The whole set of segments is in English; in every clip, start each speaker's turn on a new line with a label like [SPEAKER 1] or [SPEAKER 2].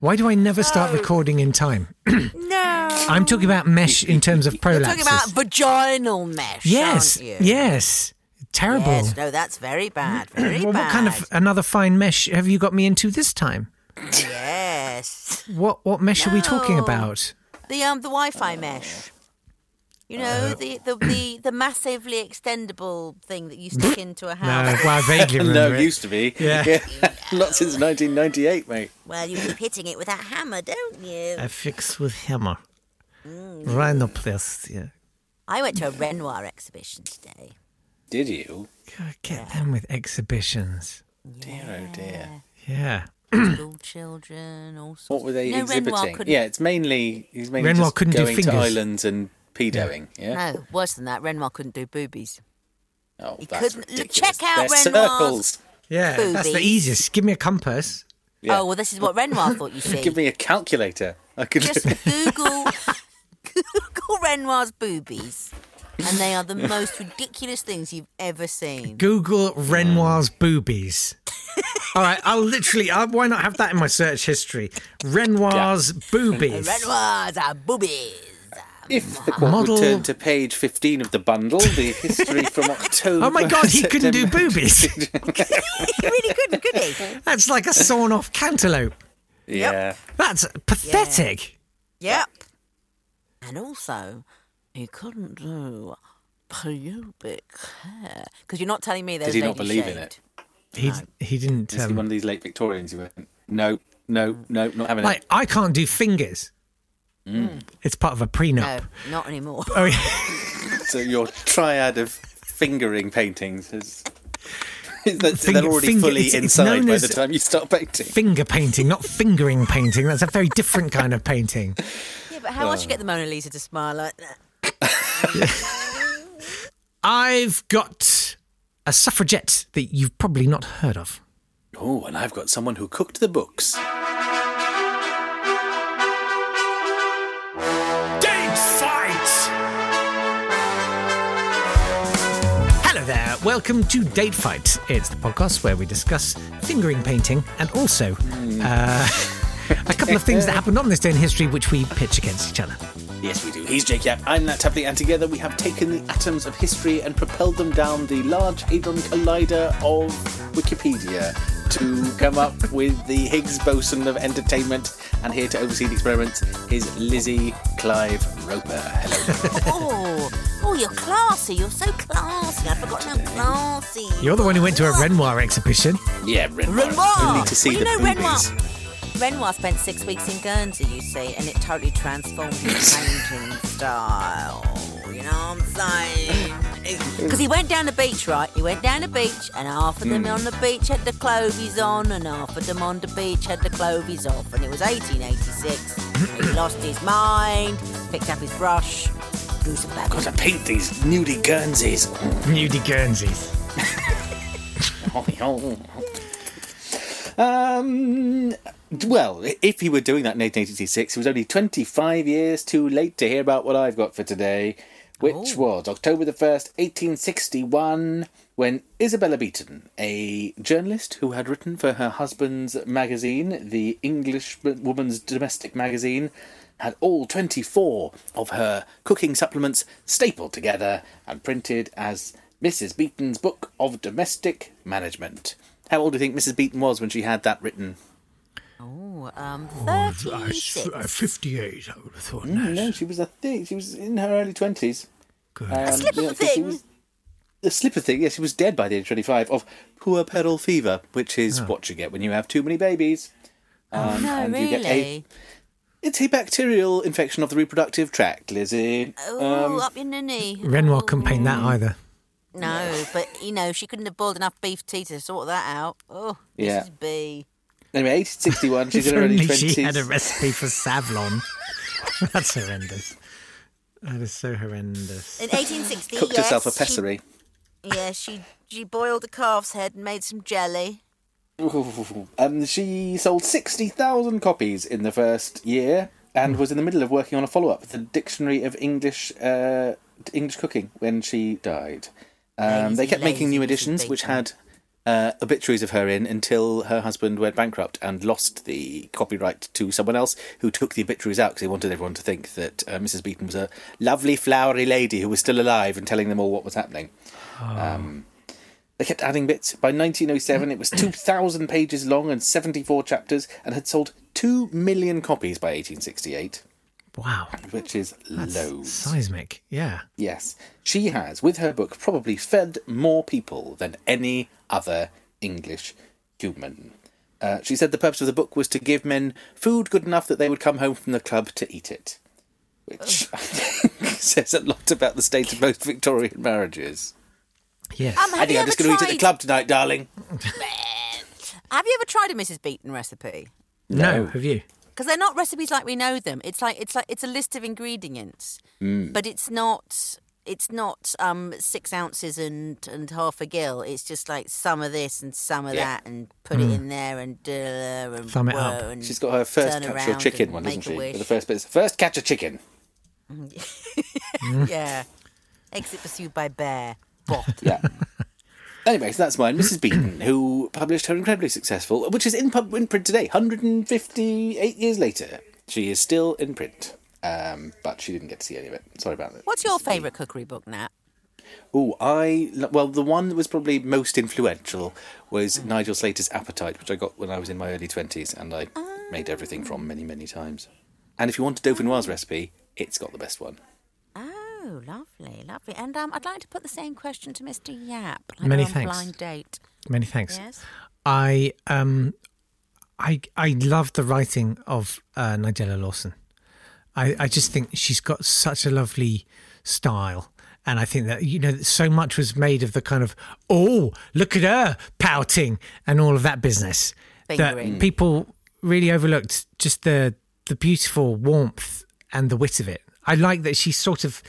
[SPEAKER 1] Why do I never start recording in time?
[SPEAKER 2] No.
[SPEAKER 1] I'm talking about mesh in terms of
[SPEAKER 2] You're
[SPEAKER 1] prolapses.
[SPEAKER 2] talking about vaginal mesh.
[SPEAKER 1] yes,
[SPEAKER 2] Aren't you?
[SPEAKER 1] yes, terrible.
[SPEAKER 2] Yes, no, that's very bad. Very
[SPEAKER 1] Mm, well,
[SPEAKER 2] bad.
[SPEAKER 1] what kind of another fine mesh have you got me into this time?
[SPEAKER 2] Yes.
[SPEAKER 1] What what mesh are we talking
[SPEAKER 2] No.
[SPEAKER 1] about?
[SPEAKER 2] The um the Wi-Fi mesh. You know
[SPEAKER 1] Uh.
[SPEAKER 2] the, the the the massively extendable thing that you stick into a house.
[SPEAKER 1] Mm. No, Uh, well, I vaguely remember
[SPEAKER 3] no,
[SPEAKER 1] it.
[SPEAKER 3] used to be.
[SPEAKER 1] Yeah.
[SPEAKER 3] Not since 1998, mate.
[SPEAKER 2] Well, you keep hitting it with that hammer, don't you?
[SPEAKER 1] I fix with hammer.
[SPEAKER 2] Mm.
[SPEAKER 1] Rhinoplasty.
[SPEAKER 2] I went to a Renoir exhibition today.
[SPEAKER 3] Did you?
[SPEAKER 2] Oh,
[SPEAKER 1] God, get them with exhibitions.
[SPEAKER 3] Dear, oh dear.
[SPEAKER 1] Yeah.
[SPEAKER 2] School children, all sorts.
[SPEAKER 3] What were they
[SPEAKER 2] no, Renoir
[SPEAKER 3] exhibiting?
[SPEAKER 2] couldn't.
[SPEAKER 3] Yeah, it's mainly he's mainly
[SPEAKER 1] Renoir
[SPEAKER 3] just
[SPEAKER 1] couldn't do
[SPEAKER 3] going to
[SPEAKER 1] fingers.
[SPEAKER 3] islands and pedoing.
[SPEAKER 1] Oh.
[SPEAKER 3] Yeah.
[SPEAKER 2] No, worse than that. Renoir couldn't do boobies.
[SPEAKER 3] Oh,
[SPEAKER 2] He
[SPEAKER 3] that's
[SPEAKER 2] couldn't- look,
[SPEAKER 3] ridiculous.
[SPEAKER 2] check out
[SPEAKER 3] They're
[SPEAKER 2] Renoir's-
[SPEAKER 3] circles.
[SPEAKER 1] Yeah, that's the
[SPEAKER 2] Boobies.
[SPEAKER 1] easiest. Give me a compass.
[SPEAKER 3] Yeah.
[SPEAKER 2] Oh well, this is what Renoir thought. You see,
[SPEAKER 3] Give me a calculator. I could.
[SPEAKER 2] just Google Google Renoir's boobies, and they are the most ridiculous things you've ever seen.
[SPEAKER 1] Google Renoir's boobies. All right, I'll literally. I, why not have that in my search history? Renoir's boobies.
[SPEAKER 2] Renoir's are boobies.
[SPEAKER 3] if the quad
[SPEAKER 1] Model-
[SPEAKER 3] would turn to page 15 of the bundle, the history from October.
[SPEAKER 1] Oh my god, he couldn't do
[SPEAKER 3] September-
[SPEAKER 1] boobies.
[SPEAKER 2] He really eh? couldn't, could he?
[SPEAKER 1] That's like a sawn-off cantaloupe.
[SPEAKER 3] Yeah.
[SPEAKER 1] That's pathetic.
[SPEAKER 2] Yep. And also, he couldn't do pubic hair because you're not telling me there's
[SPEAKER 3] he not believe in it?
[SPEAKER 1] He he didn't.
[SPEAKER 3] Is he one
[SPEAKER 1] Um,
[SPEAKER 3] of these late Victorians who went, no, no, no, not having
[SPEAKER 1] like
[SPEAKER 3] it.
[SPEAKER 1] I can't do fingers.
[SPEAKER 3] Mm.
[SPEAKER 1] It's part of a
[SPEAKER 2] No,
[SPEAKER 1] prenup.
[SPEAKER 2] not anymore.
[SPEAKER 1] Oh yeah.
[SPEAKER 3] So your triad of fingering paintings is. They're,
[SPEAKER 1] Finger-
[SPEAKER 3] they're already
[SPEAKER 1] finger-
[SPEAKER 3] fully
[SPEAKER 1] it's- it's
[SPEAKER 3] inside
[SPEAKER 1] known
[SPEAKER 3] by
[SPEAKER 1] as-
[SPEAKER 3] the time you start painting.
[SPEAKER 1] finger painting, not fingering painting. That's a very different kind of painting.
[SPEAKER 2] yeah, but how else you get the Mona Lisa to smile like that?
[SPEAKER 1] I've got a suffragette that you've probably not heard of.
[SPEAKER 3] Oh, and I've got someone who cooked the books.
[SPEAKER 1] Date Fight! Hello there, welcome to Date Fight. It's the podcast where we discuss fingering painting and also uh, a couple of things that happened on this day in history which we pitch against each other.
[SPEAKER 3] Yes, we do. He's Jake Yap, I'm Nat Tapley, and together we have taken the atoms of history and propelled them down the large hadron collider of Wikipedia to come up with the Higgs boson of entertainment. And here to oversee the experiments is Lizzie Clive Roper. Hello.
[SPEAKER 2] Oh, oh, you're classy. You're so classy. I forgot how classy.
[SPEAKER 1] You're the one who went to a Renoir exhibition.
[SPEAKER 3] yeah, Renoir.
[SPEAKER 2] Renoir.
[SPEAKER 3] Only to see
[SPEAKER 2] Well,
[SPEAKER 3] the
[SPEAKER 2] you know
[SPEAKER 3] boobies.
[SPEAKER 2] Renoir spent six weeks in Guernsey, you see, and it totally transformed his painting style. You know what I'm saying? Because he went down the beach, right? He went down the beach, and half of them on the beach had the clovies on, and half of them on the beach had the clovies off. And it was 1886. he lost his mind, picked up his brush, drew some
[SPEAKER 3] Got
[SPEAKER 2] back.
[SPEAKER 3] to paint these nudie Guernseys.
[SPEAKER 1] Nudie Guernseys.
[SPEAKER 3] Um, well, if he were doing that in 1886, he was only 25 years too late to hear about what I've got for today, which was October the 1st, 1861, when Isabella Beaton, a journalist who had written for her husband's magazine, the English Woman's Domestic Magazine, had all 24 of her cooking supplements stapled together and printed as Mrs. Beaton's Book of Domestic Management. How old do you think Mrs. Beaton was when she had that written?
[SPEAKER 2] Oh, um,
[SPEAKER 1] I s-
[SPEAKER 2] 36.
[SPEAKER 1] uh, 58, I would have thought.
[SPEAKER 3] No, she was I think she was in her early twenties. Um,
[SPEAKER 1] Good.
[SPEAKER 2] slipper
[SPEAKER 3] She
[SPEAKER 2] thing?
[SPEAKER 3] was, the slipper thing. Yes, she was dead by the age of twenty-five of puerperal fever, which is what you get when you have too many babies. Um,
[SPEAKER 2] Oh, No,
[SPEAKER 3] and you get a-
[SPEAKER 2] really?
[SPEAKER 3] It's a bacterial infection of the reproductive tract, Lizzie.
[SPEAKER 2] Oh, up your ninny. Oh,
[SPEAKER 1] Renoir couldn't paint that either.
[SPEAKER 2] No, but you know, she couldn't have boiled enough beef tea to sort that out. Oh,
[SPEAKER 3] Yeah.
[SPEAKER 2] Mrs. B.
[SPEAKER 3] Anyway, eighteen sixty-one. She's
[SPEAKER 1] If
[SPEAKER 3] in her early
[SPEAKER 1] only
[SPEAKER 3] twenties.
[SPEAKER 1] she had a recipe for Savlon. That's horrendous. That is so horrendous.
[SPEAKER 2] In 1860,
[SPEAKER 3] Cooked
[SPEAKER 2] yes,
[SPEAKER 3] herself a pessary.
[SPEAKER 2] She, yeah, she she boiled a calf's head and made some jelly.
[SPEAKER 3] Um, she sold 60,000 copies in the first year and was in the middle of working on a follow up, The Dictionary of English uh, English Cooking, when she died. Um, they
[SPEAKER 2] Lazy,
[SPEAKER 3] kept making
[SPEAKER 2] lazy
[SPEAKER 3] new
[SPEAKER 2] Mrs.
[SPEAKER 3] editions, which
[SPEAKER 2] Beaton.
[SPEAKER 3] had uh, obituaries of her in until her husband went bankrupt and lost the copyright to someone else who took the obituaries out because he wanted everyone to think that uh, Mrs. Beaton was a lovely, flowery lady who was still alive and telling them all what was happening. Um, they kept adding bits. By 1907, it was
[SPEAKER 2] Mm.
[SPEAKER 3] 2,000 pages long and 74 chapters and had sold 2 million copies by 1868,
[SPEAKER 1] Wow.
[SPEAKER 3] which is loads.
[SPEAKER 1] Seismic. Yeah.
[SPEAKER 3] Yes, she has, with her book, probably fed more people than any other English human. Uh, she said the purpose of the book was to give men food good enough that they would come home from the club to eat it, which I think says a lot about the state of most Victorian marriages.
[SPEAKER 1] Yes.
[SPEAKER 2] Um,
[SPEAKER 3] I
[SPEAKER 2] have, you
[SPEAKER 3] think I'm
[SPEAKER 2] ever
[SPEAKER 3] just going to eat at
[SPEAKER 2] tried,
[SPEAKER 3] the club tonight, darling.
[SPEAKER 2] have you ever tried a Mrs. Beaton recipe?
[SPEAKER 1] no.
[SPEAKER 3] no.
[SPEAKER 1] Have you?
[SPEAKER 2] Because they're not recipes like we know them. It's like it's like it's a list of ingredients,
[SPEAKER 3] Mm.
[SPEAKER 2] but it's not it's not um, six ounces and and half a gill. It's just like some of this and some of
[SPEAKER 3] Yeah. Mm.
[SPEAKER 2] that, and put it in there and duh, and
[SPEAKER 1] Thumb it up.
[SPEAKER 2] whoa, and
[SPEAKER 3] She's got her first
[SPEAKER 2] turn
[SPEAKER 3] catch a
[SPEAKER 2] around
[SPEAKER 3] chicken
[SPEAKER 2] and
[SPEAKER 3] one,
[SPEAKER 2] make
[SPEAKER 3] doesn't
[SPEAKER 2] a
[SPEAKER 3] she?
[SPEAKER 2] wish.
[SPEAKER 3] The first bit is first catch a chicken.
[SPEAKER 2] yeah. Exit pursued by bear. Bot.
[SPEAKER 3] Yeah. anyway, so that's mine, Mrs. Beaton, who published her incredibly successful, which is in, pub, in print today, 158 years later. She is still in print, um, but she didn't get to see any of it. Sorry about that.
[SPEAKER 2] What's your favourite cookery book, Nat?
[SPEAKER 3] Oh, I lo- well, the one that was probably most influential
[SPEAKER 2] Mm.
[SPEAKER 3] was Nigel Slater's Appetite, which I got when I was in my early twenties, and I
[SPEAKER 2] Ah.
[SPEAKER 3] made everything from many, many times. And if you want a Dauphinoise recipe, it's got the best one.
[SPEAKER 2] Oh, lovely, lovely. And um, I'd like to put the same question to Mr. Yap. Like
[SPEAKER 1] Many
[SPEAKER 2] we're on
[SPEAKER 1] thanks.
[SPEAKER 2] Blind date.
[SPEAKER 1] Many thanks.
[SPEAKER 2] Yes.
[SPEAKER 1] I um, I I love the writing of uh, Nigella Lawson. I, I just think she's got such a lovely style. And I think that, you know, so much was made of the kind of, oh, look at her pouting and all of that business
[SPEAKER 2] Fingering.
[SPEAKER 1] that people really overlooked just the, the beautiful warmth and the wit of it. I like that she sort of,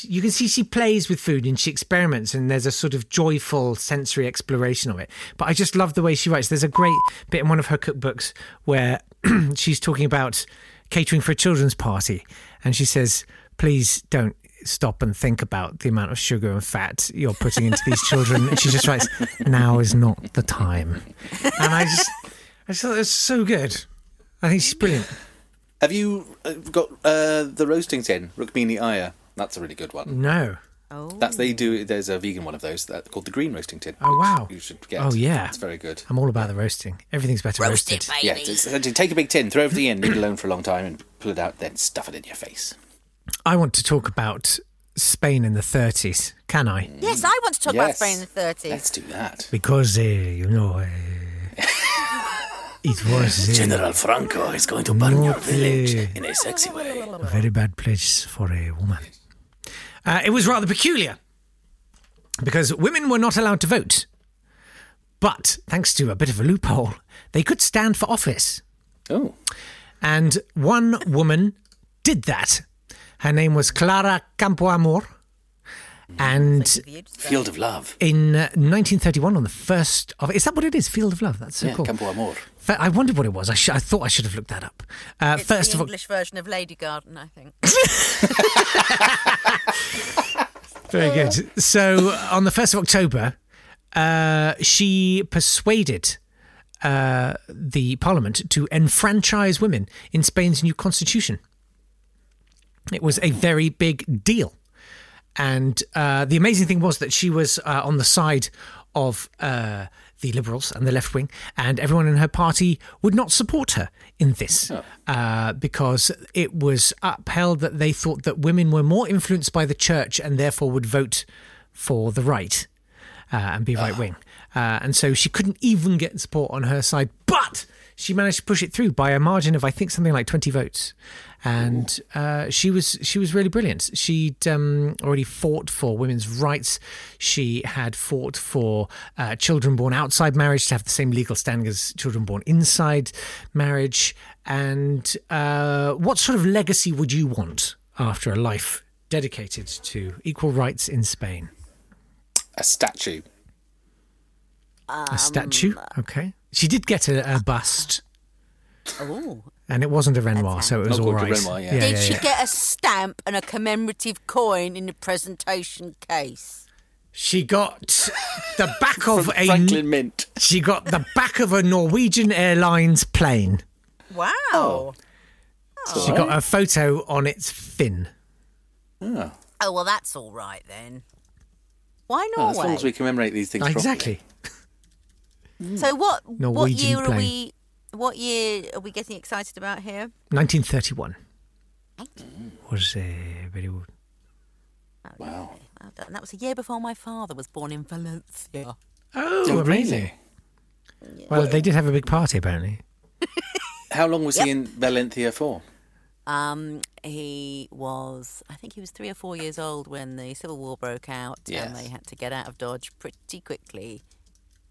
[SPEAKER 1] you can see she plays with food and she experiments and there's a sort of joyful sensory exploration of it. But I just love the way she writes. There's a great bit in one of her cookbooks where she's talking about catering for a children's party and she says please don't stop and think about the amount of sugar and fat you're putting into these children and she just writes now is not the time and i just i just thought that's so good i think she's brilliant
[SPEAKER 3] Have you uh, got uh, the roasting tin, Rukmini Aya? That's a really good one.
[SPEAKER 1] no
[SPEAKER 2] Oh,
[SPEAKER 3] That's they do. There's a vegan one of those that called the green roasting tin.
[SPEAKER 1] Oh,
[SPEAKER 3] which
[SPEAKER 1] wow.
[SPEAKER 3] You should get.
[SPEAKER 1] Oh, yeah.
[SPEAKER 3] it's very good.
[SPEAKER 1] i'm all about the roasting everything's better
[SPEAKER 2] roasted,
[SPEAKER 1] roasted
[SPEAKER 2] baby.
[SPEAKER 3] Yeah, it's essentially take a big tin, throw everything in, leave it alone for a long time, and pull it out, then stuff it in your face.
[SPEAKER 1] i want to talk about spain in the 30s can i
[SPEAKER 3] Mm.
[SPEAKER 2] Yes, I want to talk about
[SPEAKER 3] Yes.
[SPEAKER 2] Spain in the
[SPEAKER 3] Let's
[SPEAKER 2] thirties.
[SPEAKER 3] do that.
[SPEAKER 1] because uh, you know uh, it was uh,
[SPEAKER 3] General Franco is going to burn your village in a sexy way.
[SPEAKER 1] a very bad place for a woman. Uh, it was rather peculiar because women were not allowed to vote. But thanks to a bit of a loophole, they could stand for office.
[SPEAKER 3] Oh,
[SPEAKER 1] And one woman did that. Her name was Clara Campoamor. And
[SPEAKER 3] Field of Love.
[SPEAKER 1] in uh, 1931, on the first of. Is that what it is? Field of Love. That's so
[SPEAKER 3] Yeah,
[SPEAKER 1] cool.
[SPEAKER 3] Campo Amor.
[SPEAKER 1] Fe- I wondered what it was. I, sh- I thought I should have looked that up. Uh,
[SPEAKER 2] It's
[SPEAKER 1] first
[SPEAKER 2] the
[SPEAKER 1] of all,
[SPEAKER 2] English version of Lady Garden, I think.
[SPEAKER 1] Very good. So on the 1st of October, uh, she persuaded uh, the parliament to enfranchise women in Spain's new constitution. It was a very big deal. And uh, the amazing thing was that she was uh, on the side of uh, the Liberals and the left wing, and everyone in her party would not support her in this uh, because it was upheld that they thought that women were more influenced by the church and therefore would vote for the right uh, and be right wing. Uh, and so she couldn't even get support on her side, but she managed to push it through by a margin of I think something like twenty votes. And uh, she was she was really brilliant. She'd um, already fought for women's rights. She had fought for uh, children born outside marriage to have the same legal standing as children born inside marriage. And uh, what sort of legacy would you want after a life dedicated to equal rights in Spain?
[SPEAKER 3] A statue.
[SPEAKER 1] A statue. Okay. She did get a, a bust,
[SPEAKER 2] Oh.
[SPEAKER 1] and it wasn't a Renoir, so it was
[SPEAKER 3] Oh,
[SPEAKER 1] all
[SPEAKER 3] good, a
[SPEAKER 1] right.
[SPEAKER 3] Renoir, yeah.
[SPEAKER 1] yeah,
[SPEAKER 2] Did she
[SPEAKER 1] yeah.
[SPEAKER 2] get a stamp and a commemorative coin in the presentation case?
[SPEAKER 1] She got the back of a
[SPEAKER 3] Franklin Mint.
[SPEAKER 1] she got the back of a Norwegian Airlines plane.
[SPEAKER 2] Wow.
[SPEAKER 3] Oh.
[SPEAKER 2] Oh.
[SPEAKER 1] She got a photo on its fin.
[SPEAKER 3] Oh,
[SPEAKER 2] well, that's all right then. Why
[SPEAKER 3] well, as
[SPEAKER 2] Norway?
[SPEAKER 3] long as we commemorate these things
[SPEAKER 1] Exactly.
[SPEAKER 2] So what? what
[SPEAKER 1] Norwegian
[SPEAKER 2] year are
[SPEAKER 1] plane.
[SPEAKER 2] we? What year are we getting excited about here?
[SPEAKER 1] 1931. Was uh, very good.
[SPEAKER 3] properly. Wow.
[SPEAKER 2] Well done. Uh, That was a year before my father was born in Valencia.
[SPEAKER 1] Oh,
[SPEAKER 3] Oh,
[SPEAKER 1] amazing. Well, they did have a big party apparently.
[SPEAKER 3] How long was he in Valencia for?
[SPEAKER 2] Um, he was, I think he was three or four years old when the Civil War broke out,
[SPEAKER 3] Yes.
[SPEAKER 2] and they had to get out of Dodge pretty quickly.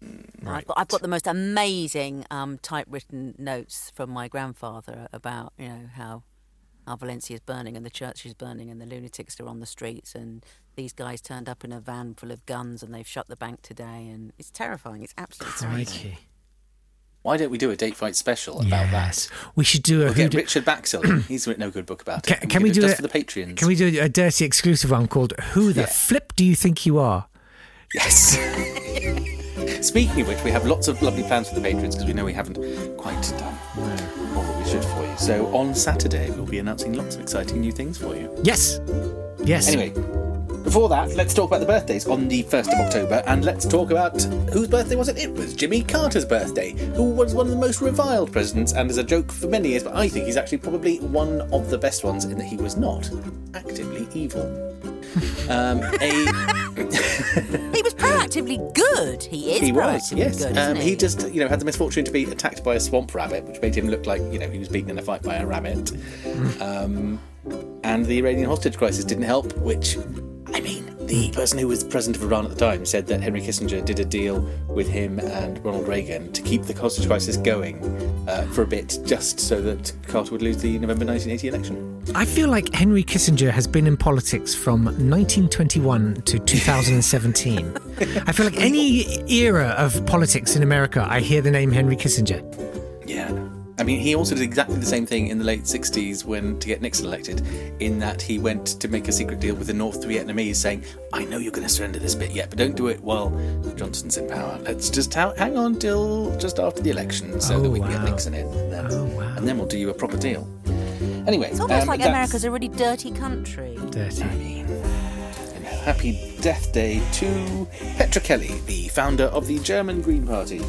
[SPEAKER 3] Mm,
[SPEAKER 2] I've, got, I've got the most amazing um, typewritten notes from my grandfather about you know how our Valencia is burning and the church is burning and the lunatics are on the streets and these guys turned up in a van full of guns and they've shut the bank today and it's terrifying. It's absolutely terrifying.
[SPEAKER 1] Crikey.
[SPEAKER 3] Why don't we do a date fight special about
[SPEAKER 1] Yes. We should do a
[SPEAKER 3] that? We'll get
[SPEAKER 1] who do-
[SPEAKER 3] Richard Baxel. He's written a good book about it.
[SPEAKER 1] Can,
[SPEAKER 3] and
[SPEAKER 1] can we do
[SPEAKER 3] just
[SPEAKER 1] a,
[SPEAKER 3] for the Patreons?
[SPEAKER 1] Can we do a dirty exclusive one called "Who the
[SPEAKER 3] Yeah.
[SPEAKER 1] flip do you think you are?"
[SPEAKER 3] Yes. Speaking of which, we have lots of lovely plans for the patrons because we know we haven't quite done all that we should for you. So on Saturday, we'll be announcing lots of exciting new things for you.
[SPEAKER 1] Yes. Yes.
[SPEAKER 3] Anyway, before that, let's talk about the birthdays on the 1st of October and let's talk about whose birthday was it? It was Jimmy Carter's birthday, who was one of the most reviled presidents and is a joke for many years, but I think he's actually probably one of the best ones in that he was not actively evil. Um, a
[SPEAKER 2] He was proactively good. He is
[SPEAKER 3] He was,
[SPEAKER 2] proactively
[SPEAKER 3] yes.
[SPEAKER 2] good.
[SPEAKER 3] um,
[SPEAKER 2] isn't
[SPEAKER 3] he? just, you know, had the misfortune to be attacked by a swamp rabbit, which made him look like, you know, he was beaten in a fight by a rabbit. um, and the Iranian hostage crisis didn't help, which, I mean, the person who was president of Iran at the time said that Henry Kissinger did a deal with him and Ronald Reagan to keep the hostage crisis going uh, for a bit, just so that Carter would lose the November 1980 election.
[SPEAKER 1] I feel like Henry Kissinger has been in politics from 1921 to 2017. I feel like any era of politics in America, I hear the name Henry Kissinger.
[SPEAKER 3] Yeah. I mean, he also did exactly the same thing in the late 60s when to get Nixon elected, in that he went to make a secret deal with the North Vietnamese saying, I know you're going to surrender this bit yet, but don't do it while Johnson's in power. Let's just ha- hang on till just after the election so
[SPEAKER 1] Oh,
[SPEAKER 3] that we can
[SPEAKER 1] wow.
[SPEAKER 3] get Nixon in. And then,
[SPEAKER 1] Oh, wow.
[SPEAKER 3] and then we'll do you a proper deal. Anyway,
[SPEAKER 2] It's almost
[SPEAKER 3] um,
[SPEAKER 2] like
[SPEAKER 3] that's-
[SPEAKER 2] America's a really dirty country.
[SPEAKER 1] Dirty.
[SPEAKER 3] I mean, and happy death day to Petra Kelly, the founder of the German Green Party.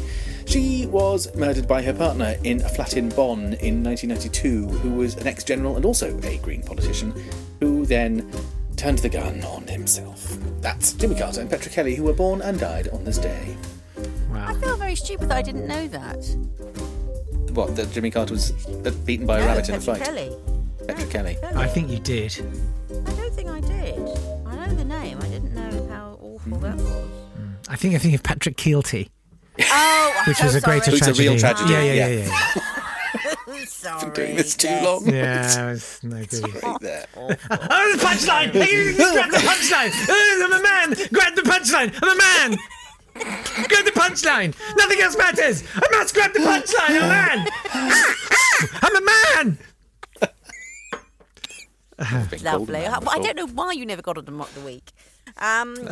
[SPEAKER 3] She was murdered by her partner in a flat in Bonn in 1992, who was an ex general and also a Green politician, who then turned the gun on himself. That's Jimmy Carter and Petra Kelly, who were born and died on this day.
[SPEAKER 1] Wow.
[SPEAKER 2] I feel very stupid that I didn't know that.
[SPEAKER 3] What, that Jimmy Carter was uh, beaten by a
[SPEAKER 2] No,
[SPEAKER 3] rabbit in a
[SPEAKER 2] Petra
[SPEAKER 3] fight?
[SPEAKER 2] Kelly.
[SPEAKER 3] Petra
[SPEAKER 2] No,
[SPEAKER 3] Kelly.
[SPEAKER 1] I think you did.
[SPEAKER 2] I don't think I did. I know the name. I didn't know how awful that
[SPEAKER 3] Mm-hmm.
[SPEAKER 2] was.
[SPEAKER 1] I think I think of Patrick Keelty,
[SPEAKER 2] Oh,
[SPEAKER 1] which
[SPEAKER 2] I'm
[SPEAKER 1] was
[SPEAKER 2] so
[SPEAKER 1] a greater
[SPEAKER 2] sorry.
[SPEAKER 3] Who's a
[SPEAKER 1] tragedy.
[SPEAKER 3] real tragedy,
[SPEAKER 1] Yeah, yeah, yeah.
[SPEAKER 3] yeah.
[SPEAKER 1] yeah.
[SPEAKER 2] I'm sorry.
[SPEAKER 3] Been doing this too
[SPEAKER 2] yes.
[SPEAKER 3] long.
[SPEAKER 1] Yeah, it's no good.
[SPEAKER 3] Right there.
[SPEAKER 1] Oh, the punchline! Hey, grab the punchline! Oh, I'm a man! Grab the punchline! I'm a man! Grab the punchline! Nothing else matters! I must grab the punchline! I'm a man! Ah, I'm a man!
[SPEAKER 3] Been called a
[SPEAKER 2] Lovely.
[SPEAKER 3] man
[SPEAKER 2] I, I
[SPEAKER 3] before.
[SPEAKER 2] don't know why you never got on to mock the week. Um, so-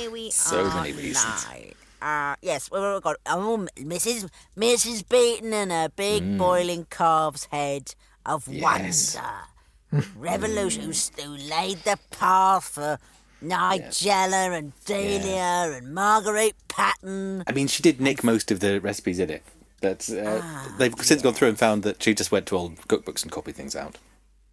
[SPEAKER 2] here we
[SPEAKER 3] So
[SPEAKER 2] are
[SPEAKER 3] many reasons.
[SPEAKER 2] now. Uh, yes, well, we've got oh, Mrs. Mrs. Beaton and a big boiling calf's head of
[SPEAKER 3] Mm. Yes.
[SPEAKER 2] wonder. Revolution who laid the path for Nigella and Delia and Marguerite Patton.
[SPEAKER 3] I mean, she did nick most of the recipes in it. But uh, they've since gone through and found that she just went to old cookbooks and copied things out.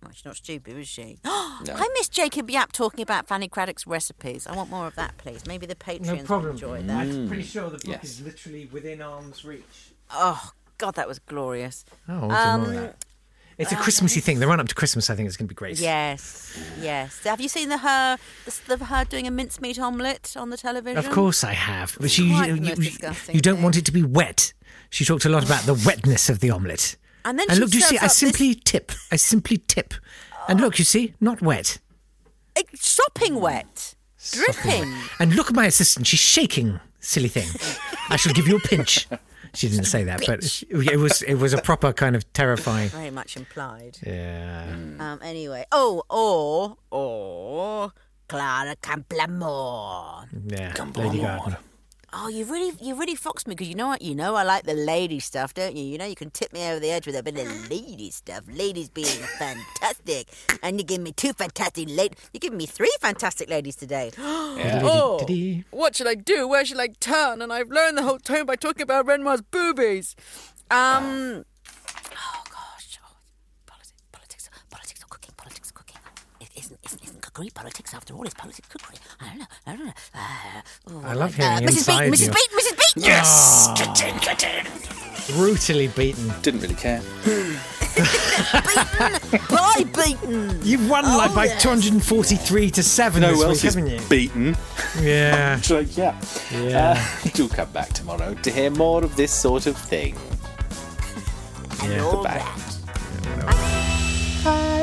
[SPEAKER 2] Oh, she's not stupid, is she? I miss Jacob Yap talking about Fanny Craddock's recipes. I want more of that, please. Maybe the Patreons will enjoy that.
[SPEAKER 1] pretty sure the book
[SPEAKER 3] Yes. is
[SPEAKER 1] literally within arm's reach.
[SPEAKER 2] Oh, God, that was glorious.
[SPEAKER 1] Oh, um, it's a Christmassy thing. The run up to Christmas, I think, is going to be great.
[SPEAKER 2] Yes, yes. Have you seen the her the, the, her doing a mincemeat omelette on the television?
[SPEAKER 1] Of course I have. But she,
[SPEAKER 2] Quite
[SPEAKER 1] you,
[SPEAKER 2] the
[SPEAKER 1] you,
[SPEAKER 2] most disgusting
[SPEAKER 1] you don't
[SPEAKER 2] thing.
[SPEAKER 1] want it to be wet. She talked a lot about the wetness of the omelette.
[SPEAKER 2] And then
[SPEAKER 1] And
[SPEAKER 2] she
[SPEAKER 1] look, do you see,
[SPEAKER 2] serves
[SPEAKER 1] I
[SPEAKER 2] up this-
[SPEAKER 1] simply tip. I simply tip. And look, you see, not wet.
[SPEAKER 2] It's Sopping wet, dripping.
[SPEAKER 1] And look at my assistant. She's shaking, silly thing. I shall give you a pinch. She didn't say that, but it was it was a proper kind of terrifying.
[SPEAKER 2] Very much implied.
[SPEAKER 1] Mm. Yeah.
[SPEAKER 2] Um. Anyway, oh, or or Clara Camplamour.
[SPEAKER 1] Yeah,
[SPEAKER 3] Come
[SPEAKER 1] Lady
[SPEAKER 3] on.
[SPEAKER 1] Gaga.
[SPEAKER 2] Oh, you really, you really foxed me because you know what? You know I like the lady stuff, don't you? You know you can tip me over the edge with a bit of lady stuff. Ladies being fantastic, and you give me two fantastic ladies. You give me three fantastic ladies today.
[SPEAKER 4] Oh,
[SPEAKER 1] Diddy.
[SPEAKER 4] what should I do? Where should I turn? And I've learned the whole tone by talking about Renoir's boobies. Um,
[SPEAKER 2] Oh gosh, oh, politics, politics, politics, or cooking, politics, or cooking. It isn't, isn't, isn't cookery politics after all? It's politics cookery. I don't know. I don't know. Uh, oh,
[SPEAKER 1] I love
[SPEAKER 2] uh,
[SPEAKER 1] hearing
[SPEAKER 2] Mrs.
[SPEAKER 1] inside
[SPEAKER 2] Beat, Mrs.
[SPEAKER 1] you.
[SPEAKER 2] Beat, Mrs. Beat.
[SPEAKER 3] Yes! Ka-ting, ka-ting.
[SPEAKER 1] Brutally beaten.
[SPEAKER 3] Didn't really care.
[SPEAKER 1] Ah.
[SPEAKER 2] beaten by beaten.
[SPEAKER 1] You've won like
[SPEAKER 2] Oh,
[SPEAKER 1] by
[SPEAKER 2] yes.
[SPEAKER 1] 243 to 7
[SPEAKER 3] No
[SPEAKER 1] this
[SPEAKER 3] else
[SPEAKER 1] week,
[SPEAKER 3] is
[SPEAKER 1] haven't you?
[SPEAKER 3] beaten.
[SPEAKER 1] yeah.
[SPEAKER 3] So, yeah.
[SPEAKER 1] Yeah.
[SPEAKER 3] Uh, do come back tomorrow to hear more of this sort of thing.
[SPEAKER 2] And
[SPEAKER 1] Yeah.
[SPEAKER 2] all
[SPEAKER 3] Goodbye.
[SPEAKER 2] that.
[SPEAKER 3] Bye.